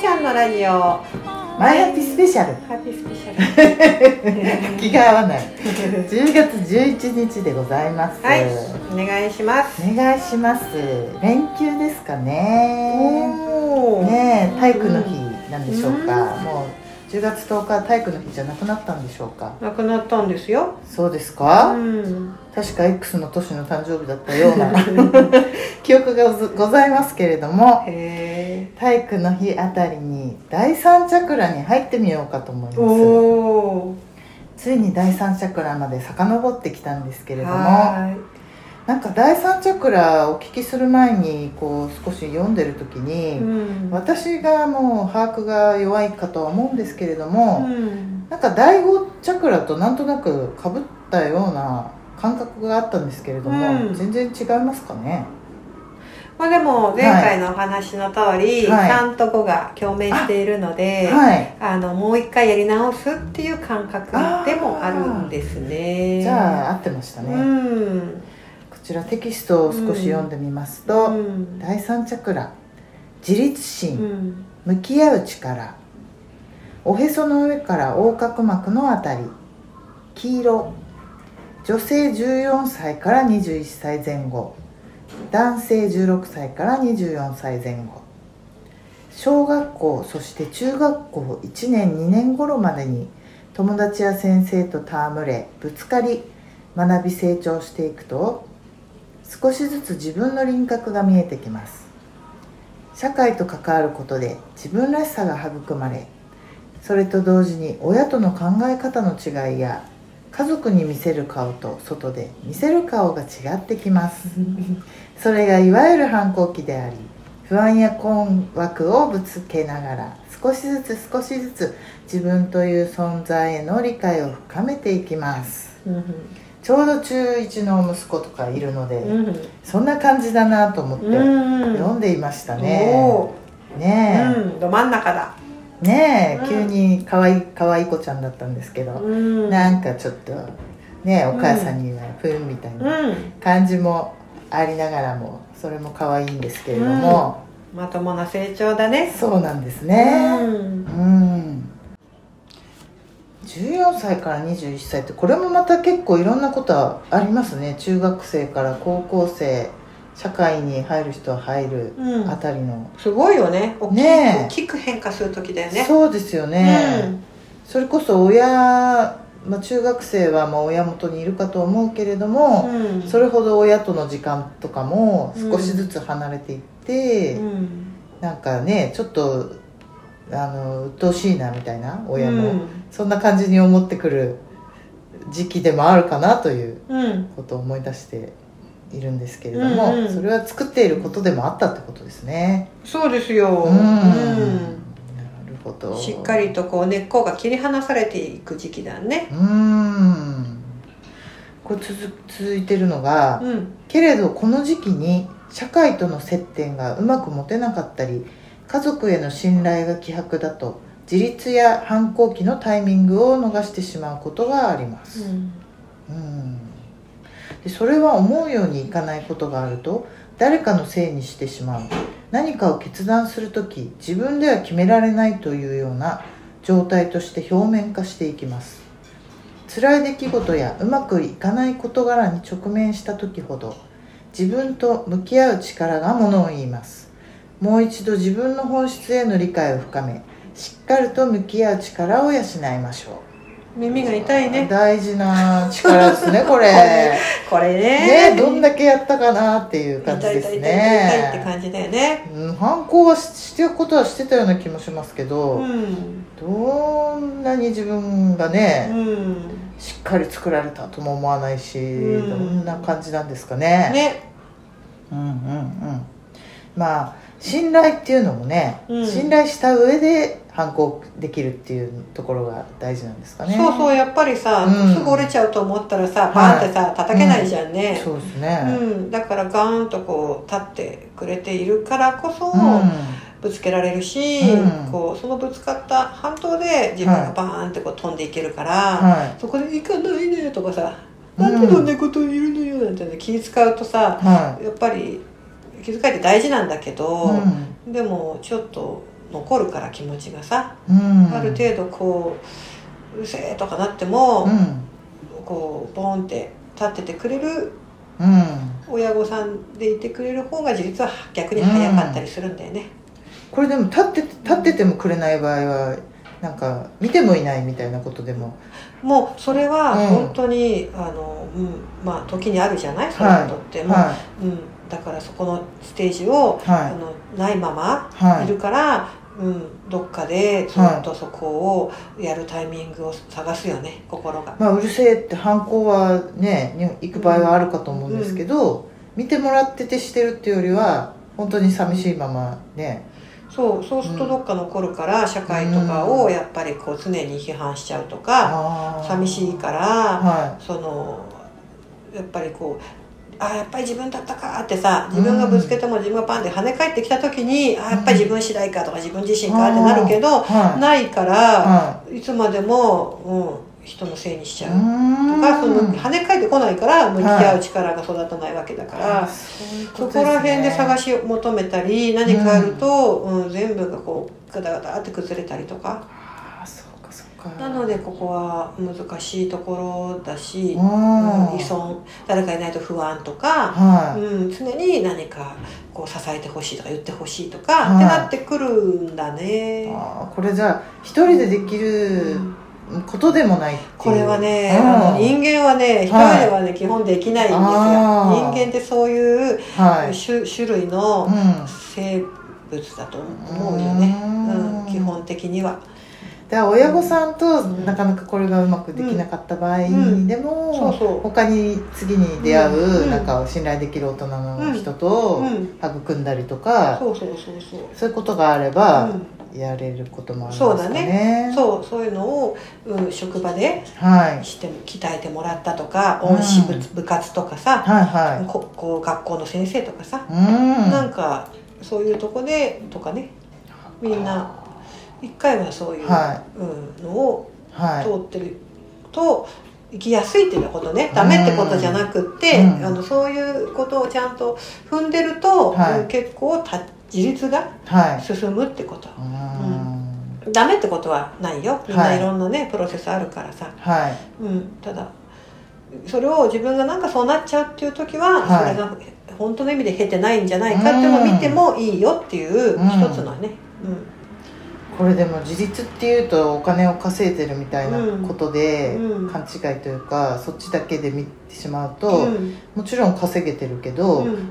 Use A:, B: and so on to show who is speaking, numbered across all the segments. A: ちゃんのラジオ
B: マイハッピースペシャル
A: ハッピースペシャ
B: 気が合わ ない
A: ル
B: 10月11日でございます、
A: はいお願いします
B: お願いします連休ですかね
A: おー
B: ねえ体育の日なんでしょうか、
A: うん
B: もう10月10日は体育の日じゃなくなったんでしょうか
A: なくなったんですよ
B: そうです
A: う
B: か、
A: ん
B: 確か X の年の誕生日だった ような記憶がござございますけれども
A: へえ
B: 体育の日あたりに第三チャクラに入ってみようかと思います
A: おお
B: ついに第三チャクラまで遡ってきたんですけれども
A: は
B: なんか第三チャクラをお聞きする前にこう少し読んでる時
A: ーい
B: に、
A: うん
B: 私がもう把握が弱いかとは思うんですけれど
A: う
B: も、
A: ん
B: なんか第五チャクラとなんとなくかぶったような感覚があったんですけれども、
A: うん
B: 全然違いますかね
A: まあでも前回のお話の通り、
B: はい
A: 3と5が共鳴しているので、
B: はい、
A: あのもう一回やり直すっていう感覚でもあるんですね
B: じゃあ合ってました
A: あ
B: ね、
A: う
B: こ
A: ん、
B: ちらテキストを少し読んでみますと、
A: うん
B: 第三チャクラ自立
A: う
B: 心、
A: ん
B: 向き合う力おへその上から横隔膜のあたり黄色女性14歳から21歳前後男性16歳から24歳前後小学校そして中学校1年2年頃までに友達や先生と戯れぶつかり学び成長していくと少しずつ自分の輪郭が見えてきます社会と関わることで自分らしさが育まれそれと同時に親との考え方の違いや家族に見せる顔と外で見せる顔が違って きますそれがいわゆる反抗期であり不安や困惑をぶつけながら少しずつ少しずつ自分という存在への理解を深めていきます
A: うん
B: ちょうど中1の息子とかいるので、
A: うん
B: そんな感じだなと思って
A: うん
B: 読んでいました
A: お
B: ね、ねえ、
A: ーうんど真ん中だ、
B: ねえ、
A: うん
B: 急に可愛い可愛い子ちゃんだったんですけど、
A: うん、
B: なんかちょっとねえお母さんにはふんみたいうなん感じもありながらもそれも可愛いんですけれども、
A: まともな成長だね
B: そうなんですね
A: うん
B: うん、14歳から21歳ってこれもまた結構いろんなことはありますね中学生から高校生社会に入る人は入る
A: うん
B: あたりの、
A: すごいよね大きく
B: ねえ
A: 大きく変化する時だよね
B: そうですよね、
A: うん
B: それこそ親、まあ、中学生はまあ親元にいるかと思うけれども、
A: うん
B: それほど親との時間とかも
A: うん
B: 少しずつ離れていって、
A: うん
B: なんかねちょっとあの鬱陶しいなみたいな親も、
A: うん
B: そんな感じに思ってくる時期でもあるかなという
A: うん
B: ことを思い出しているんですけれども、
A: うんうん
B: それは作っていることでもあったってことですね。
A: そうですよ
B: うんなるほ
A: う
B: ど
A: んしっかりとこう根っこが切り離されていく時期だね
B: うーんこれ続続いてるのが、
A: うん
B: けれどこの時期に社会との接点がうまく持てなかったり家族への信頼が希薄だと自立や反抗期のタイミングを逃してしまうことがあります、うんでそれは思うようにいかないことがあると誰かのせいにしてしまう何かを決断する時自分では決められないというような状態として表面化していきます辛い出来事やうまくいかない事柄に直面した時ほど自分と向き合う力がものを言いますもう一度自分の本質への理解を深めしっかりと向き合う力を養いましょう
A: 耳が痛いね
B: 大事な力で すねこれ
A: これね
B: ねどんだけやったかなっていう感じ
A: 痛い
B: で
A: 痛
B: す
A: い痛い痛いって
B: ね
A: 感じだよね
B: うん反抗はししてることはしてたような気もしますけど、
A: うん
B: どんなに自分がね、
A: うん
B: しっかり作られたとも思わないし、
A: うん
B: どんな感じなんですかね
A: ね
B: うんうんうんまあ信頼っていうのもね、
A: うん
B: 信頼した上で反抗できるっていうところが大事なんですかね
A: そうそうやっぱりさ
B: うん
A: すぐ折れちゃうと思ったらさ
B: い
A: バーンってさ叩けないじゃんね
B: そうです
A: う
B: ね
A: んだからガーンとこう立ってくれているからこそ
B: うん
A: ぶつけられるし
B: うん
A: こうそのぶつかった反動で自分がバーンってこう飛んでいけるから
B: は
A: そこで「行かないね」とかさ「
B: うん
A: なんでそんなこといるのよ」なんてね気使うとさ
B: いは
A: やっぱり気遣いって大事なんだけ
B: い、
A: ど
B: うん
A: でもちょっと残るから気持ちがさ、
B: うん
A: ある程度こううるせえとかなっても、
B: うん
A: こうボーンって立っててくれる
B: うん
A: 親御さんでいてくれる方が実は逆に早かったりするんだよね、
B: これでも立ってて立っててもくれない場合はなんか見てもいないみたいなことでも
A: もうそれは
B: うん
A: 本当に、あのうん、まあ時にあるじゃないそういうことって、もう
B: は
A: うん、だからそこのステージを、
B: い
A: あ
B: は
A: のないまま
B: いはいい
A: るから、うん、どっかでずっとそこをやるタイミングを探すよね心が。
B: まあうるせえって反抗はねに行く場合はあるかと思うんですけど、見てもらっててしてるっていうよりは本当に寂しいままね
A: そうそうするとどっか残るから社会とかをやっぱりこう常に批判しちゃうとか、
B: あー
A: 寂しいから、
B: は
A: そのやっぱりこうあーやっぱり自分だったかってさ自分がぶつけても自分がパンって跳ね返ってきた時に、あーやっぱり自分次第かとか自分自身かってなるけ
B: い
A: ど
B: はい
A: ないから、
B: はい
A: つまでも、うん、人のせいにしち
B: い
A: ゃう。とかその
B: うーん
A: 跳ね返ってこないから向き合う力が育たないわけだから、
B: あそういう
A: そ
B: とす
A: こ
B: ね
A: ら辺で探し求めたり何かあると、うん全部がこうガタガタって崩れたりとか
B: あーそうかそうか
A: なのでここは難しいところだし、
B: う
A: うん
B: ん
A: 依存誰かいないと不安とか、
B: はい
A: うん、常に何かこう支えてほしいとか言ってほしいとか、
B: はい
A: ってなってくるんだね。
B: あーこれじゃあ一人でできる
A: うん
B: ことでもないっていう
A: これはね、
B: うん
A: あの人間はね一人ではね基本できないんですよ。
B: あー
A: 人間ってそういう
B: はい
A: 種種類の
B: うん
A: 生物だと思うよね、
B: う
A: う
B: ん
A: ん、基本的には、
B: だから親御さんと
A: うん
B: なかなかこれがうまくできなかった場合
A: うん
B: で
A: そう
B: も
A: そ
B: 他に次に出会
A: う
B: うんなんか信頼できる大人の人
A: う、う
B: と
A: ん、
B: 育んだりとか
A: そうそうそうそう、
B: そういうことがあればやれることもあります
A: そ
B: か
A: うだうん、
B: ね。
A: そうそういうのを、うん、職場で
B: はいはい
A: して鍛えてもらったとか
B: うん
A: 恩師部,、部活とかさ、
B: は
A: ここう学校の先生とかさ、
B: いうん
A: なんかそういうとこでとかねみんな一回はそういう、
B: は
A: うん、のを
B: いはい
A: 通ってると生きやすいっていうことねダメってことじゃなくって、
B: うん
A: あのそういうことをちゃんと踏んでると、
B: はい
A: うん結構た自立が
B: はい
A: 進むってこと
B: うーん
A: ダメってことはないよみんな
B: はい
A: いろんなね、プロセスあるからさ、
B: はい
A: うん、ただそれを自分がなんかそうなっちゃうっていう時は、
B: はい
A: それが本当の意味で経てないんじゃないかっていうのを見てもいいよっていう
B: うん
A: 一つのね、うん
B: これでも自立っていうとお金を稼いでるみたいなことで、
A: うん
B: 勘違いというかそっちだけで見てしまう
A: う
B: と、
A: ん
B: もちろん稼げてるけど、
A: うん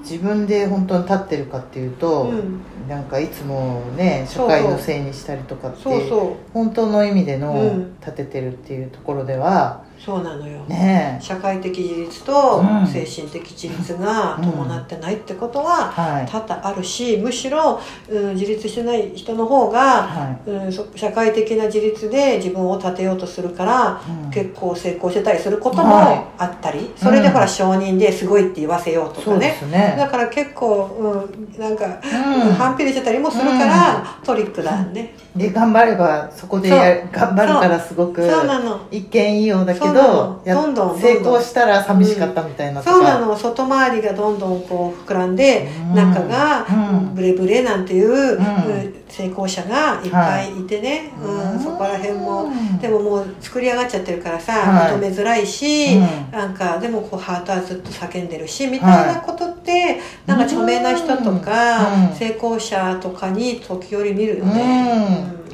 B: 自分で本当に立ってるかっていうと、
A: うん
B: なんかいつもね社
A: そうそう
B: 会のせいにしたりとかって
A: そうそう
B: 本当の意味で
A: う
B: の
A: ん
B: 立ててるっていうところでは
A: そうなのよ、
B: ねえ
A: 社会的自立と
B: うん
A: 精神的自立が伴ってないってことは
B: はい
A: 多々あるしむしろ、うん、自立してない人の方が、
B: は
A: うん、そ社会的な自立で自分を立てようとするから
B: い、うん
A: 結構成功してたりすることも
B: は
A: あったり、それでほら承認ですごいって言わせようと
B: そ
A: か
B: うで
A: ね
B: すね
A: だから結構、うん、なんか、
B: うん
A: 反比例してたりもするから、トリックだね、
B: で頑張ればそこでや頑張るからすごく
A: そうなの
B: 一見いいようだけ
A: そうなの
B: どや
A: どんどんどんどん
B: 成功したら寂しかったみたいなとか、
A: そうなの外回りがどんどんこう膨らんで、
B: うん
A: 中が
B: うん
A: ブレブレなんていう、
B: うん
A: うん成功者がいっぱいいてね、
B: う
A: うん
B: ん
A: そこら辺もでももう作り上がっちゃってるからさ、
B: はい
A: 求めづらいし、
B: うん
A: なんかでもこうハートはずっと叫んでるしみたいなことって、なんか著名な人とか、
B: うん
A: 成功者とかに時折見るよ
B: うん
A: ね。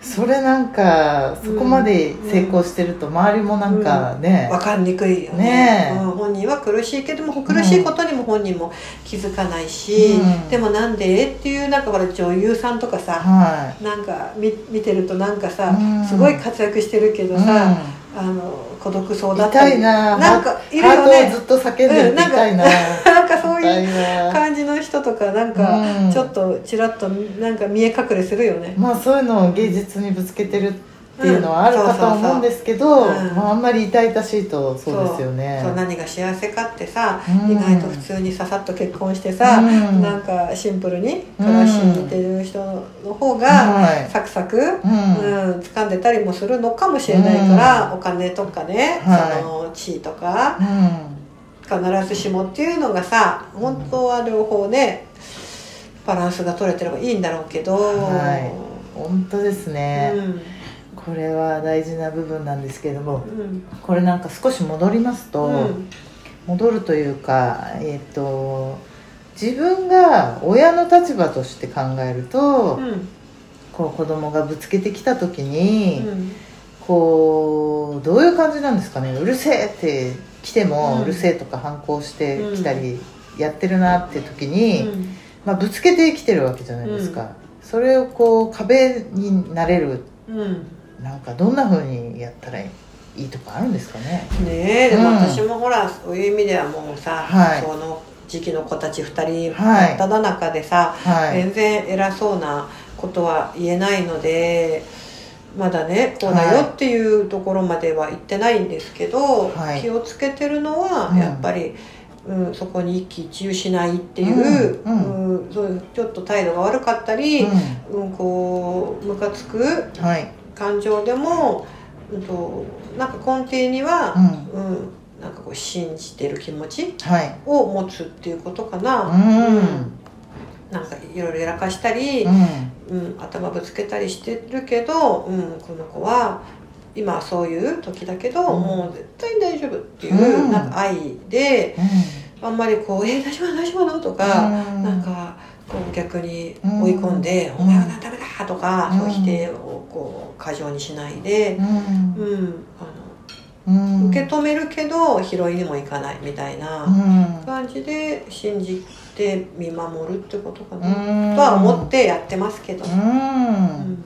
B: それなんかそこまで成功してると周りもなんかね、
A: わかんにくいよ
B: ね
A: ね
B: え
A: うん、本人は苦しいけども苦しいことにも本人も気づかないし、
B: うん
A: でもなんでっていうなんかほら女優さんとかさ、
B: は
A: なんか見見てるとなんかさ、
B: うん
A: すごい活躍してるけ
B: い、
A: ど
B: うん
A: さ、あの孤独そうだった
B: 痛
A: り
B: いな
A: なんかいる
B: ハ
A: よ
B: ー
A: ね
B: トをずっと叫んでる
A: う
B: っ
A: ん
B: て
A: なんか
B: 痛いな
A: な んかそう
B: 痛
A: いう
B: いわ
A: 感じの人とかなんか
B: うん
A: ちょっとちらっとなんか見え隠れするよね、
B: まあそういうのを芸術にぶつけてるっていうのはあるかとは思うんですけ
A: うん
B: ど、
A: そうそうそう
B: まあ、あんまり痛々しいとそうですよね
A: そう何が幸せかってさ、
B: うん
A: 意外と普通にささっと結婚してさ、
B: うん
A: なんかシンプルに暮らしてる人の方が
B: はい
A: サクサク、
B: う
A: うん
B: ん
A: 掴んでたりもするのかもしれないから、お金とかね、
B: はい
A: その地位とか
B: うん
A: 必ずしもっていうのがさ本当は両方ねバランスが取れてればいいんだろうけど、
B: は本当ですね、
A: うん
B: これは大事な部分なんですけども
A: うん
B: これなんか少し戻りますと、
A: うん
B: 戻るというかえっ、と自分が親の立場として考えると、
A: うん
B: こう子供がぶつけてきた時に、
A: うん
B: こうどういう感じなんですかねうるせえって来ても、
A: う
B: うんるせえとか反抗してきたり、やってるなって時に、
A: うん
B: まあ、ぶつけてきてるわけじゃないですか、それをこう壁になれる
A: うん
B: なんかどんな風にやったらいいとかあるんですかね
A: ねえでも
B: うん
A: 私もほら、そういう意味ではもうさ、
B: はい
A: その時期の子たち2人
B: はい
A: 真っただ中でさ、
B: はい
A: 全然偉そうなことは言えないのでまだねこうだよっていうところまでは言ってないんですけど、
B: はい
A: 気をつけてるのは
B: うん
A: やっぱり、うんそこに一喜一憂しないっていう,、
B: う
A: うんんそういうちょっと態度が悪かったり、
B: う
A: うん、こうムカつく
B: んはい
A: 感情でも、うん、となんか根底には
B: う、
A: う
B: ん
A: んなんかこう信じてる気持ち
B: はい
A: を持つっていうことかな、
B: うん
A: なんかいろいろやらかしたり
B: う、ん
A: うん、頭ぶつけたりしてるけど、うん、この子は今はそういう時だけど、
B: うん
A: もう絶対大丈夫っていう、
B: うん
A: なんか愛であんまりこう「えー、大丈夫大丈夫なの?」とか、なんかこう逆に追い込んで「
B: うん
A: お前はダメだ!」とか、
B: うん
A: そう否定をこう過剰にしないで
B: う、ん
A: うんあ
B: うん
A: の受け止めるけど拾いにも行かないみたいな。
B: うん
A: 感じで信じて見守るってことか
B: う
A: な、
B: ん
A: とは思ってやってますけど、
B: うん
A: うん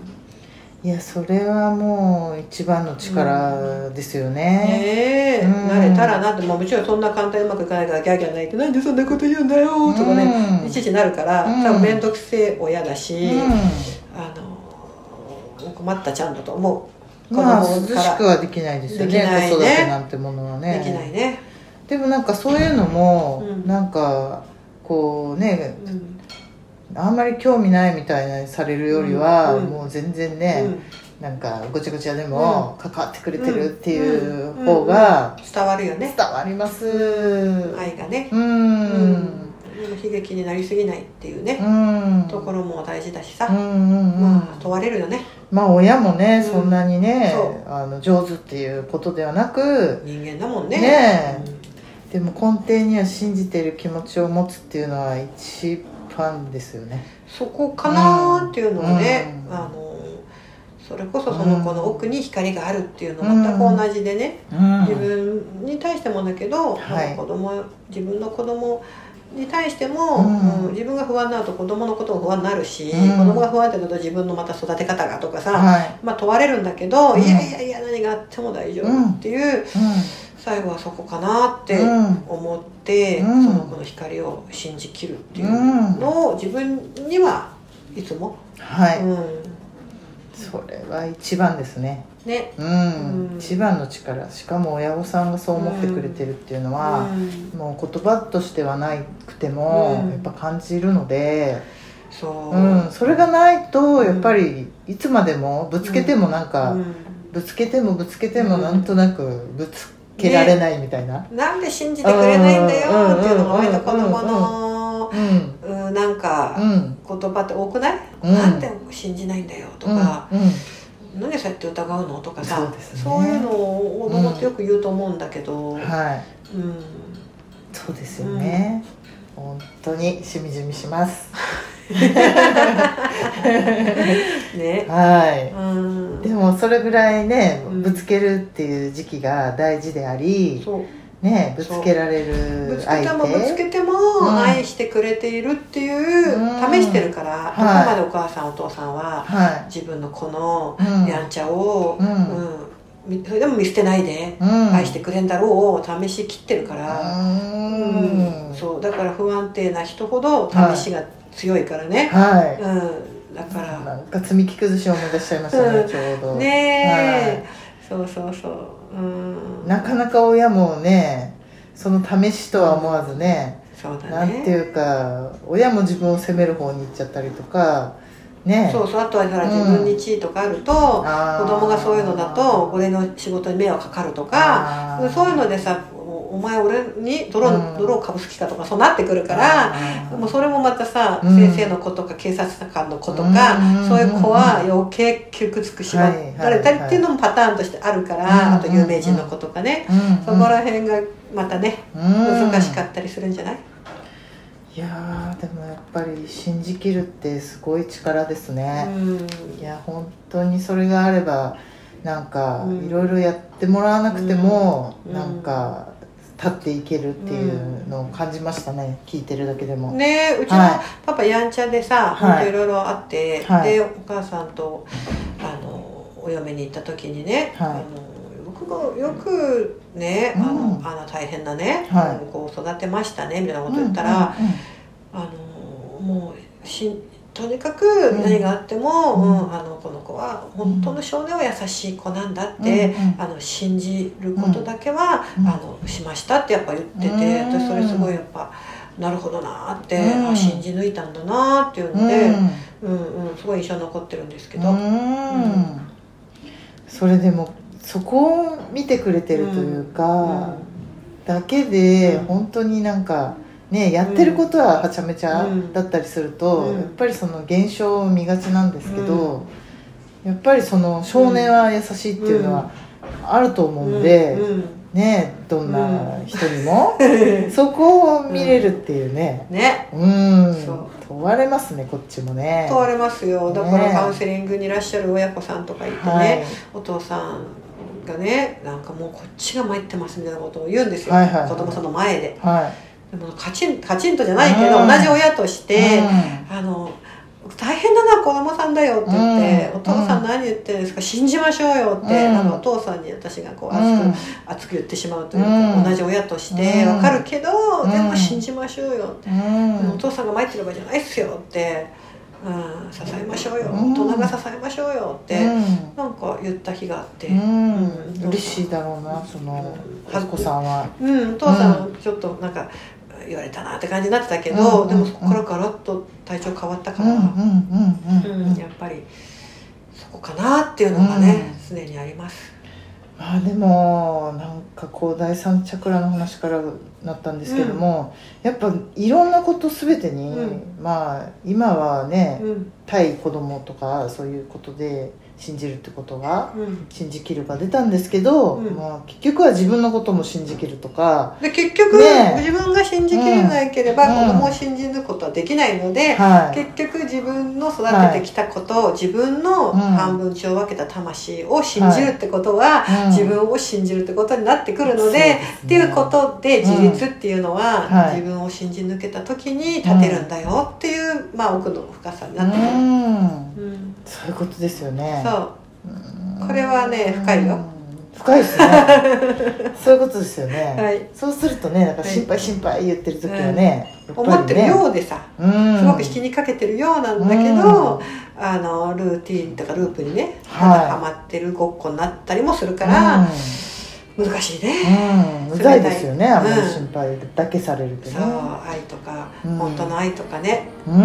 B: いやそれはもう一番の力ですよ
A: ね
B: ね、
A: え、
B: うん
A: 慣れたらなって、まあ、もちろんそんな簡単にうまくいかないからギャーギャー泣いて「なんでそんなこと言うんだよ」
B: うん、
A: とかね、いちいちなるから
B: うん
A: 多分面倒くせえ親だし、
B: う
A: あの困ったちゃんだと思う子
B: ん、まあ
A: 供
B: 涼
A: か
B: し
A: ら
B: くはできないですよ
A: でき
B: ね
A: ないね
B: 子育てなんてものはね
A: できないね、
B: でもなんかそういうのも、
A: うん
B: なんかこうね
A: うん
B: あんまり興味ないみたいにされるよりは、
A: うん
B: もう全然
A: う
B: ね、
A: ん
B: なんかごちゃごちゃでも関わってくれてるっていう
A: うん
B: 方が
A: 伝わるよね
B: 伝わりますうん
A: 愛がね、
B: うん
A: うでも悲劇になりすぎないっていうね、ところも大事だしさ、
B: うんうん
A: まあ問われるよね
B: まあ親もね、
A: うん
B: そんなにね
A: そ
B: あの上手っていうことではなく
A: 人間だもんね
B: ね
A: うん
B: でも根底には信じてる気持ちを持つっていうのは一番ですよね
A: そこかなーっていうのをね、
B: うん
A: あのそれこそその子の奥に光があるっていうのは全く同じでね、
B: うん
A: 自分に対してもだけど、
B: はい
A: まあ子供自分の子供に対して
B: う
A: も、
B: ん
A: うん自分が不安になると子供のことも不安になるし、
B: うん
A: 子供が不安ってなると自分のまた育て方がとかさ、
B: は
A: まあ問われるんだけど、
B: うん
A: いやいやいや何があっても大丈夫っていう、
B: い、うん
A: 最後はそこかなって
B: うん
A: 思って、
B: うん
A: その子の光を信じきるっていうのを自分にはいつも、
B: はい、
A: うん
B: それは一番ですね
A: ね、
B: うん、
A: うん
B: 一番の力しかも親御さんがそう思ってくれてるっていうのは、
A: うん
B: もう言葉としてはなくても、
A: うん
B: やっぱ感じるので、
A: そう、
B: うん、それがないと
A: うん
B: やっぱりいつまでもぶつけてもなんか、
A: うん
B: ぶつけてもぶつけても
A: うん
B: なんとなくぶつけられないみたいな、
A: なんで信じてくれないんだよっていうのが割と子供の、
B: うん
A: うん、なん
B: う
A: か
B: ん
A: 言葉って多くない、
B: うん
A: なんで信じないんだよとか、
B: うんうん
A: なんでそうやって疑うのとかさ
B: そうですね
A: いうのを子供ってよく言うと思うんだけど、うん
B: はいそうですよね、本当にしみじみします
A: ね、
B: はい
A: うん
B: でもそれぐらいね
A: うん
B: ぶつけるっていう時期が大事であり、
A: そう
B: ねぶつけられ
A: ぶ
B: る
A: つけ
B: 相
A: てもぶつ
B: 手
A: けても
B: うん
A: 愛してくれているっていう、
B: うん
A: 試してるから、
B: は
A: どこま
B: い
A: でお母さんお父さんは
B: は
A: 自分の子の
B: い、うん
A: やんちゃを、
B: う
A: うんんみそれでも見捨てないで、
B: うん、
A: 愛してくれんだろうを試しきってるから、
B: う
A: うん
B: ん、
A: そうだから不安定な人ほど
B: はい
A: 試しが強いからね、
B: はい、
A: うん、だか
B: なんか積み木崩しを思い出しちゃいましたね、
A: うん
B: ちょう
A: ら
B: ど、
A: ねえ、そうそうそう、うん、
B: なかなか親もねその試しとは思わずね、
A: そうだ
B: なん
A: ね
B: ていうか親も自分を責める方に行っちゃったりとかね
A: そうそうあとはほら自分に地位とかあると、
B: あー
A: 子供がそういうのだと俺の仕事に迷惑かかるとか
B: あー
A: そういうのでさおお前俺に泥,、
B: うん
A: 泥をかぶす気か」とかそうなってくるから、でもそれもまたさ、
B: うん
A: 先生の子とか警察官の子とか、
B: うん
A: そういう子は余計窮屈くしまられたりっていうのもパターンとしてあるから、
B: はいはい
A: あと有名人の子とかね、そこら辺がまたね難
B: 難
A: しかったりするんじゃない、
B: いやーでもやっぱり信じきるってすごい力ですね、
A: うん
B: いや本当にそれがあればなんか
A: うん
B: いろいろやってもらわなくても、
A: うん
B: なんか立っていけるっていうのを感じましたね聞いてるだけでも、
A: ねえうち
B: はい
A: のパパやんちゃでさ、
B: は
A: ほ
B: い
A: んといろいろあって、
B: はい
A: でお母さんとあのお嫁に行った時にね、
B: はい
A: あのよくごよくね、あの
B: うん
A: あの大変なね、
B: はい
A: うんこう育てましたねみたいなこと言ったら、
B: うんうんうん
A: あのもうしとにかく
B: ん
A: 何があっても、う
B: うん
A: んあのこの子は本当の少年は優しい子なんだって、
B: うんうん
A: あの信じることだけは、
B: うん
A: あのしましたってやっぱ言ってて、
B: うん
A: 私それすごいやっぱなるほどなーって、
B: うん
A: あ信じ抜いたんだなーっていうので、
B: う
A: う
B: ん
A: んうんすごい印象に残ってるんですけ
B: う
A: ど、
B: んそれでもそこを見てくれてるというか、だけで
A: うん
B: 本当になんかねやってることははちゃめちゃ
A: うん
B: だったりすると、
A: うん
B: やっぱりその現象を見がちなんですけど、やっぱりその少年は優しいっていうのはあると思うんで、
A: うん
B: ねどんな人にも、
A: うん
B: そこを見れるっていうね
A: ね
B: うん
A: そう
B: 問われますねこっちもね。
A: 問われますよだから
B: ね
A: カウンセリングにいらっしゃる親子さんとかいてね、
B: はい
A: お父さんがねなんかもうこっちが参ってますみたいなことを言うんですよ、
B: はいはいはい
A: 子供その前で
B: は
A: でもカチンカチンとじゃないけど、
B: うん
A: 同じ親とし
B: い、
A: て、
B: うん
A: あの大変だな子供さんだよって言って、
B: うん
A: お父さん何言ってるんですか信じましょうよって、
B: うん
A: あのお父さんに私がこう熱く、
B: うん
A: 熱く言ってしまうという
B: う
A: か、
B: ん
A: 同じ親として
B: うん
A: わかるけど、
B: うん
A: でも信じましょうよって。
B: うん
A: お父さんが参ってる場合じゃないっすよって、うん、支えましょうよ、
B: うん
A: 大人が支えましょうよって、
B: うん
A: なんか言った日があって、
B: う
A: うん
B: ん
A: うん
B: 嬉しいだろうなその
A: うん
B: 和子さんは
A: お父さんちょっとなんか言われたなって感じになってたけど、
B: うん
A: でもそこからガラッと体調変わった
B: う
A: か
B: ん
A: ら、
B: うんうんうん、
A: うんやっぱりそこかなっていうのがね、
B: う
A: 常にあります。
B: まあでもなんかこう第三チャクラの話からなったんですけども、やっぱいろんなこと全てに、
A: う
B: まあ今はね、
A: うん
B: 対子供とかそういうことで信じるってことが
A: うん
B: 信じきるが出たんですけど、
A: うん
B: まあ、結局は自分のことも信じきるとか、
A: で結局、
B: ねえ
A: 自分が信じきれなければ、
B: うん
A: 子供を信じることはできないので、
B: はい
A: 結局自分の育ててきたこと、自分の
B: うん
A: 半分血を分けた魂を信じるってことは、
B: うん
A: 自分を信じるってことになってくるので、
B: そうすね
A: っていうことで
B: うん
A: 自立っていうのは、
B: はい
A: 自分を信じ抜けた時に立てるんだよっていう、まあ奥の深さになってくる。
B: う
A: う
B: ん
A: ん
B: そういうことですよね
A: そう
B: うん
A: これはね深いよ
B: うん深いですね そういうことですよね、
A: はい
B: そうするとねなんか心
A: は
B: 配心配言ってる時はね、
A: 思ってる
B: よ
A: ようでさ、
B: う、ん、
A: すごく引きにかけてるようなんだけど、あのルーティンとかループにね、
B: はい
A: なんかハマってるごっこになったりもするから、難しいね。
B: うんうんうざいですよねあんまり
A: うん
B: 心配だけされるとね
A: そう愛とか、
B: うん
A: 本当の愛とかね、
B: う
A: うん
B: ん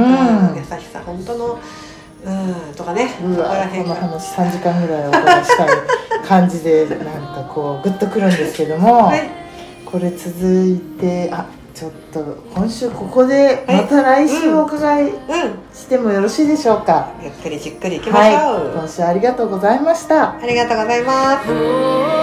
A: 優しさ本当のうんとかね
B: う
A: そこ
B: わ
A: ら
B: こ
A: 辺
B: の
A: が
B: 話3時間ぐらいお話したい感じでなんかこうグッとくるんですけど も、
A: はい
B: これ続いてあちょっと今週ここでまた来週お伺い
A: うん
B: してもよろしいでしょうか、
A: ゆっくりじっくりいきましょう、
B: はい、今週ありがとうございました。
A: ありがとうございます
C: 「